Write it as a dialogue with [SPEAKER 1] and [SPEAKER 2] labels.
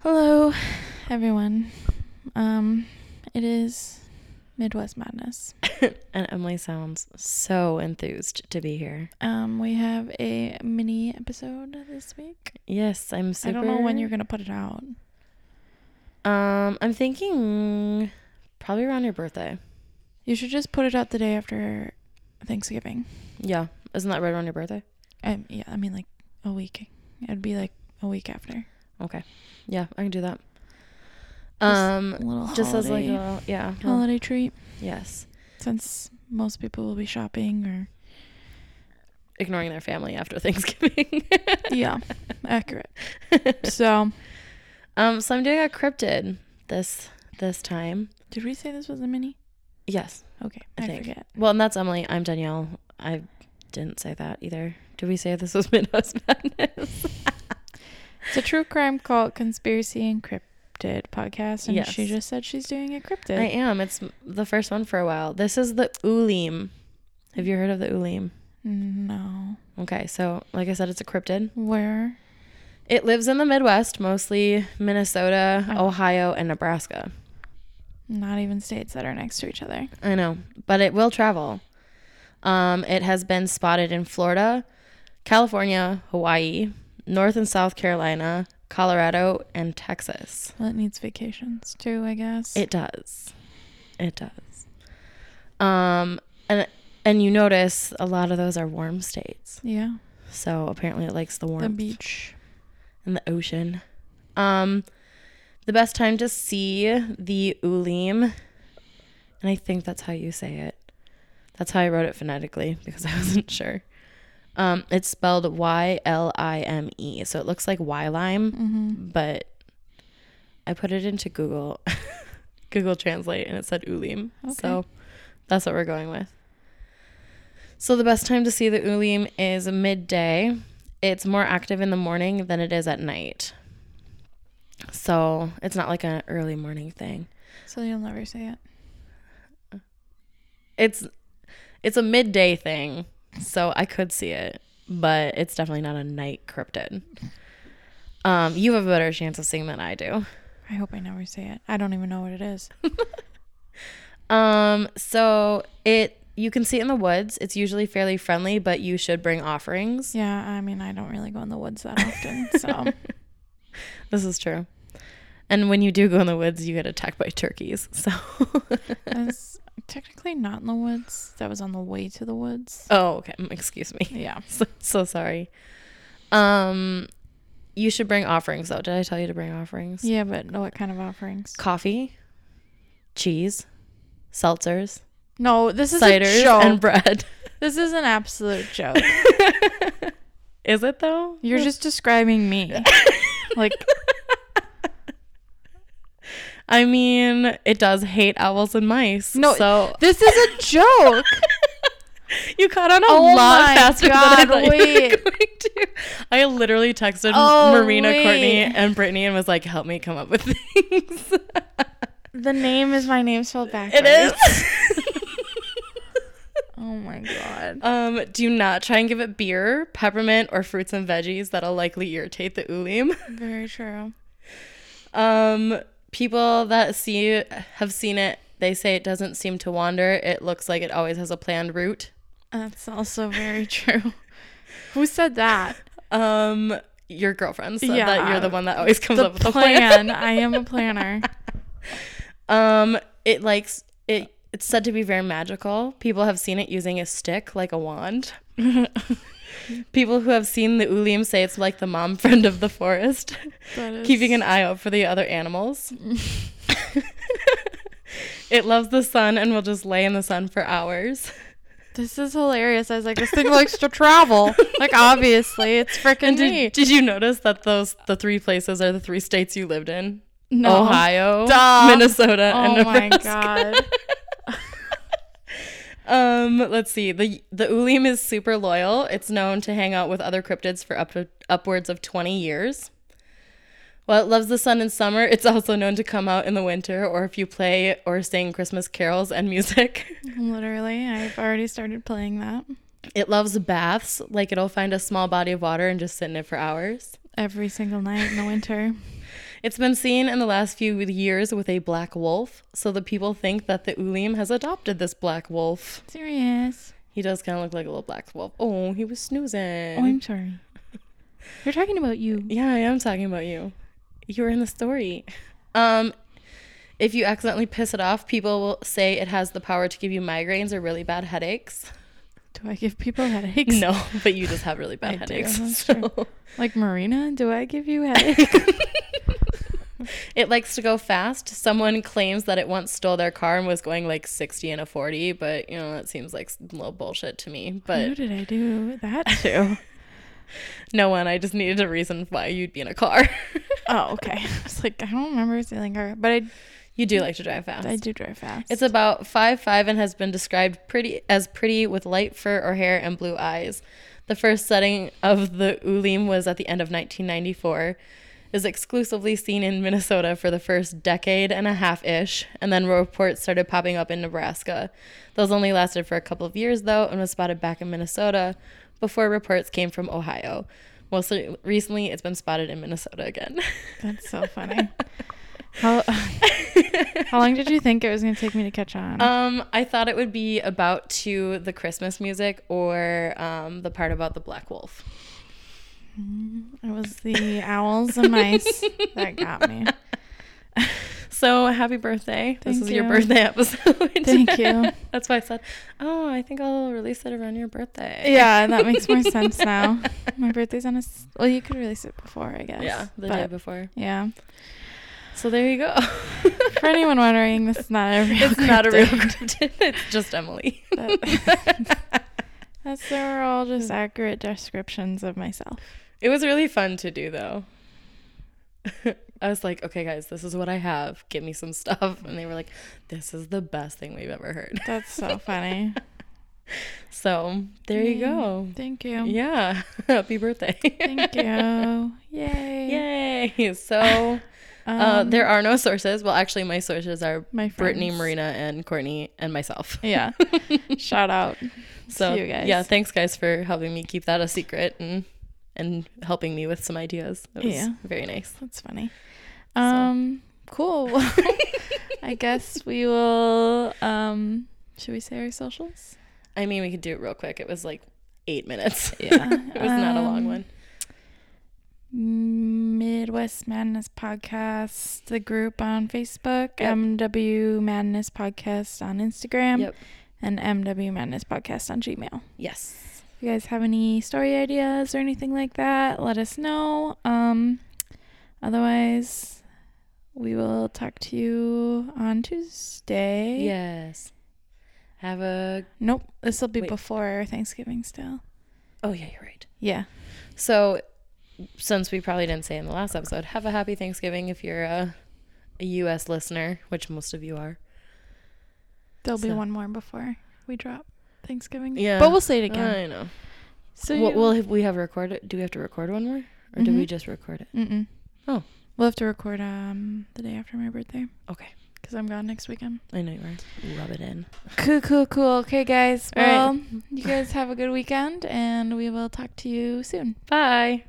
[SPEAKER 1] Hello, everyone. Um, it is Midwest Madness.
[SPEAKER 2] And Emily sounds so enthused to be here.
[SPEAKER 1] Um, we have a mini episode this week.
[SPEAKER 2] Yes, I'm super.
[SPEAKER 1] I don't know when you're gonna put it out.
[SPEAKER 2] Um, I'm thinking probably around your birthday.
[SPEAKER 1] You should just put it out the day after Thanksgiving.
[SPEAKER 2] Yeah, isn't that right around your birthday?
[SPEAKER 1] Um, yeah, I mean like a week. It'd be like a week after.
[SPEAKER 2] Okay, yeah, I can do that.
[SPEAKER 1] Just
[SPEAKER 2] Um,
[SPEAKER 1] a little
[SPEAKER 2] just as like a
[SPEAKER 1] holiday-
[SPEAKER 2] little- yeah, well,
[SPEAKER 1] holiday treat,
[SPEAKER 2] yes,
[SPEAKER 1] since most people will be shopping or
[SPEAKER 2] ignoring their family after Thanksgiving.
[SPEAKER 1] yeah, accurate. So,
[SPEAKER 2] um, so I'm doing a cryptid this this time.
[SPEAKER 1] did we say this was a mini?
[SPEAKER 2] Yes.
[SPEAKER 1] Okay,
[SPEAKER 2] I
[SPEAKER 1] I,
[SPEAKER 2] think.
[SPEAKER 1] forget.
[SPEAKER 2] Well, and that's Emily. I'm Danielle. I didn't say that either. Did we say this was Midwest Madness?
[SPEAKER 1] It's a true crime cult conspiracy and cryptid podcast, and she
[SPEAKER 2] Yes.
[SPEAKER 1] just said she's doing a cryptid.
[SPEAKER 2] I am. It's m- the first one for a while. This is the Ulim. Have you heard of the Ulim?
[SPEAKER 1] no,
[SPEAKER 2] Okay, so like I said, it's a cryptid.
[SPEAKER 1] where?
[SPEAKER 2] It lives in the Midwest, mostly Minnesota,
[SPEAKER 1] Oh.
[SPEAKER 2] Ohio, and Nebraska.
[SPEAKER 1] Not even states that are next to each other.
[SPEAKER 2] I know, but it will travel. Um, it has been spotted in Florida, California, Hawaii, North and South Carolina, Colorado, and Texas.
[SPEAKER 1] Well, it needs vacations too, I guess.
[SPEAKER 2] It does. It does. Um, and and you notice a lot of those are warm states.
[SPEAKER 1] yeah,
[SPEAKER 2] So apparently it likes the warmth
[SPEAKER 1] the beach.
[SPEAKER 2] and the ocean. Um, the best time to see the ulim, and I think that's how you say it. That's how I wrote it phonetically because I wasn't sure. Um, it's spelled Y L I M E, so it looks like Y lime,
[SPEAKER 1] Mm-hmm.
[SPEAKER 2] but I put it into Google, Google Translate, and it said ulim. So
[SPEAKER 1] Okay.
[SPEAKER 2] that's what we're going with. So the best time to see the ulim is midday. It's more active in the morning than it is at night. So it's not like an early morning thing.
[SPEAKER 1] So you'll never say it.
[SPEAKER 2] It's it's a midday thing. So I could see it, but it's definitely not a night cryptid. Um, you have a better chance of seeing than I do.
[SPEAKER 1] I hope I never say it. I don't even know what it is.
[SPEAKER 2] Um, so it you can see it in the woods. It's usually fairly friendly, but you should bring offerings.
[SPEAKER 1] yeah, I mean, I don't really go in the woods that often, so
[SPEAKER 2] This is true. And when you do go in the woods, you get attacked by turkeys. So
[SPEAKER 1] I was technically not in the woods. That was on the way to the woods.
[SPEAKER 2] Oh, okay. Mm, Excuse me.
[SPEAKER 1] Yeah.
[SPEAKER 2] So, so sorry. Um you should bring offerings though. Did I tell you to bring offerings?
[SPEAKER 1] Yeah, but what kind of offerings?
[SPEAKER 2] Coffee, cheese, seltzers,
[SPEAKER 1] No, this is a
[SPEAKER 2] ciders,
[SPEAKER 1] joke.
[SPEAKER 2] and bread.
[SPEAKER 1] This is an absolute joke.
[SPEAKER 2] Is it though?
[SPEAKER 1] You're just describing me. Like,
[SPEAKER 2] I mean, it does hate owls and mice.
[SPEAKER 1] No,
[SPEAKER 2] so
[SPEAKER 1] this is a joke.
[SPEAKER 2] You caught on a
[SPEAKER 1] Oh
[SPEAKER 2] lot
[SPEAKER 1] my
[SPEAKER 2] faster than I
[SPEAKER 1] God,
[SPEAKER 2] thought you were
[SPEAKER 1] wait.
[SPEAKER 2] going to. I literally texted
[SPEAKER 1] Oh,
[SPEAKER 2] Marina, Courtney,
[SPEAKER 1] wait.
[SPEAKER 2] and Brittany and was like, help me come up with things.
[SPEAKER 1] The name is my name spelled backwards.
[SPEAKER 2] it is.
[SPEAKER 1] Oh my god.
[SPEAKER 2] um, do not try and give it beer, peppermint, or fruits and veggies. That'll likely irritate the ulim.
[SPEAKER 1] Very true.
[SPEAKER 2] Um, people that see have seen it, they say it doesn't seem to wander. It looks like it always has a planned route.
[SPEAKER 1] That's also very true. Who said that?
[SPEAKER 2] Um, your girlfriend said that
[SPEAKER 1] Yeah.
[SPEAKER 2] you're the one that always comes
[SPEAKER 1] The
[SPEAKER 2] up with a plan.
[SPEAKER 1] plan. I am a planner.
[SPEAKER 2] Um, it likes it. It's said to be very magical. People have seen it using a stick like a wand. People who have seen the ulim say it's like the mom friend of the forest,
[SPEAKER 1] That is
[SPEAKER 2] keeping an eye out for the other animals. it loves the sun and will just lay in the sun for hours.
[SPEAKER 1] This is hilarious. I was like, this thing likes to travel. Like obviously, it's freaking me.
[SPEAKER 2] Did, did you notice that those the three places are the three states you lived in?
[SPEAKER 1] No.
[SPEAKER 2] Ohio,
[SPEAKER 1] Duh.
[SPEAKER 2] Minnesota, and
[SPEAKER 1] Oh my
[SPEAKER 2] Nebraska.
[SPEAKER 1] god.
[SPEAKER 2] Um, let's see. The the ulim is super loyal. It's known to hang out with other cryptids for up to upwards of 20 years. While it loves the sun in summer, it's also known to come out in the winter or if you play or sing Christmas carols and music.
[SPEAKER 1] Literally, I've already started playing that.
[SPEAKER 2] It loves baths, like it'll find a small body of water and just sit in it for hours.
[SPEAKER 1] Every single night in the winter.
[SPEAKER 2] It's been seen in the last few years with a black wolf, so the people think that the Ulim has adopted this black wolf.
[SPEAKER 1] Serious.
[SPEAKER 2] He does kind of look like a little black wolf. Oh, he was snoozing.
[SPEAKER 1] Oh, I'm sorry. You're talking about you.
[SPEAKER 2] Yeah, I am talking about you. You were in the story. Um, if you accidentally piss it off, people will say it has the power to give you migraines or really bad headaches.
[SPEAKER 1] Do I give people headaches?
[SPEAKER 2] No, but you just have really bad
[SPEAKER 1] I do,
[SPEAKER 2] headaches.
[SPEAKER 1] that's
[SPEAKER 2] so-
[SPEAKER 1] Like Marina, do I give you headaches?
[SPEAKER 2] It likes to go fast. Someone claims that it once stole their car and was going like 60 and a 40, but you know, that seems like a little bullshit to me.
[SPEAKER 1] Who
[SPEAKER 2] But
[SPEAKER 1] did I do that to?
[SPEAKER 2] no one, I just needed a reason why you'd be in a car.
[SPEAKER 1] oh, okay. I was like, I don't remember stealing her, but I,
[SPEAKER 2] you do like to drive fast.
[SPEAKER 1] I do drive fast.
[SPEAKER 2] It's about five five and has been described pretty as pretty with light fur or hair and blue eyes. The first setting of the Ulim was at the end of 1994. Is exclusively seen in Minnesota for the first decade and a half ish, and then reports started popping up in Nebraska. Those only lasted for a couple of years though, and was spotted back in Minnesota before reports came from Ohio. Mostly recently, it's been spotted in Minnesota again.
[SPEAKER 1] That's so funny. How, how long did you think it was going to take me to catch on?
[SPEAKER 2] Um, I thought it would be about to the Christmas music or um, the part about the black wolf.
[SPEAKER 1] Mm, it was the owls and mice that got me.
[SPEAKER 2] So happy birthday! this
[SPEAKER 1] Thank
[SPEAKER 2] is your
[SPEAKER 1] you.
[SPEAKER 2] birthday episode.
[SPEAKER 1] Thank you.
[SPEAKER 2] That's why I said, "Oh, I think I'll release it around your birthday."
[SPEAKER 1] Yeah, that makes more sense now. My birthday's on a. s- Well, you could release it before, I guess.
[SPEAKER 2] yeah, the
[SPEAKER 1] but-
[SPEAKER 2] day before.
[SPEAKER 1] Yeah.
[SPEAKER 2] So there you go.
[SPEAKER 1] For anyone wondering, this is not a real.
[SPEAKER 2] it's not a real
[SPEAKER 1] cryptid.
[SPEAKER 2] cryptid. It's just Emily.
[SPEAKER 1] That- That's they were all just accurate descriptions of myself.
[SPEAKER 2] It was really fun to do though. I was like, okay, guys, this is what I have. Give me some stuff. And they were like, this is the best thing we've ever heard.
[SPEAKER 1] That's so funny.
[SPEAKER 2] So there you
[SPEAKER 1] Yay.
[SPEAKER 2] go.
[SPEAKER 1] Thank you.
[SPEAKER 2] Yeah. Happy birthday.
[SPEAKER 1] Thank you. Yay. Um,
[SPEAKER 2] Yay. So uh, there are no sources. Well, actually, my sources are
[SPEAKER 1] my
[SPEAKER 2] Brittany,
[SPEAKER 1] friends.
[SPEAKER 2] Marina, and Courtney, and myself.
[SPEAKER 1] Yeah. Shout out.
[SPEAKER 2] So
[SPEAKER 1] you guys.
[SPEAKER 2] yeah, thanks guys for helping me keep that a secret and and helping me with some ideas. It was
[SPEAKER 1] Yeah.
[SPEAKER 2] very nice.
[SPEAKER 1] That's funny. Um, cool. Well, I guess we will. Um, should we say our socials?
[SPEAKER 2] I mean, we could do it real quick. It was like eight minutes.
[SPEAKER 1] Yeah.
[SPEAKER 2] it was not a long
[SPEAKER 1] Um,
[SPEAKER 2] one.
[SPEAKER 1] Midwest Madness Podcast, the group on Facebook,
[SPEAKER 2] Yep.
[SPEAKER 1] MW Madness Podcast on Instagram,
[SPEAKER 2] Yep.
[SPEAKER 1] and MW Madness Podcast on Gmail.
[SPEAKER 2] Yes.
[SPEAKER 1] If you guys have any story ideas or anything like that, let us know. Um, otherwise, we will talk to you on Tuesday.
[SPEAKER 2] Yes. Have a.
[SPEAKER 1] Nope. This will be
[SPEAKER 2] Wait.
[SPEAKER 1] before Thanksgiving still.
[SPEAKER 2] Oh yeah, you're right.
[SPEAKER 1] Yeah.
[SPEAKER 2] So, since we probably didn't say in the last episode, have a happy Thanksgiving if you're a, a U.S. listener, which most of you are.
[SPEAKER 1] There'll be
[SPEAKER 2] So-
[SPEAKER 1] one more before we drop Thanksgiving.
[SPEAKER 2] Yeah.
[SPEAKER 1] But we'll say it again.
[SPEAKER 2] I know.
[SPEAKER 1] so
[SPEAKER 2] Um, well,
[SPEAKER 1] you-
[SPEAKER 2] well, if we have recorded, do we have to record one more, or do we
[SPEAKER 1] Mhm.
[SPEAKER 2] just record it?
[SPEAKER 1] Mm-mm.
[SPEAKER 2] Oh.
[SPEAKER 1] We'll have to record um the day after my birthday
[SPEAKER 2] Okay.
[SPEAKER 1] because I'm gone next weekend.
[SPEAKER 2] I know you are. Rub it in.
[SPEAKER 1] Cool, cool, cool. Okay, guys.
[SPEAKER 2] All right.
[SPEAKER 1] Well, you guys have a good weekend, and we will talk to you soon.
[SPEAKER 2] Bye.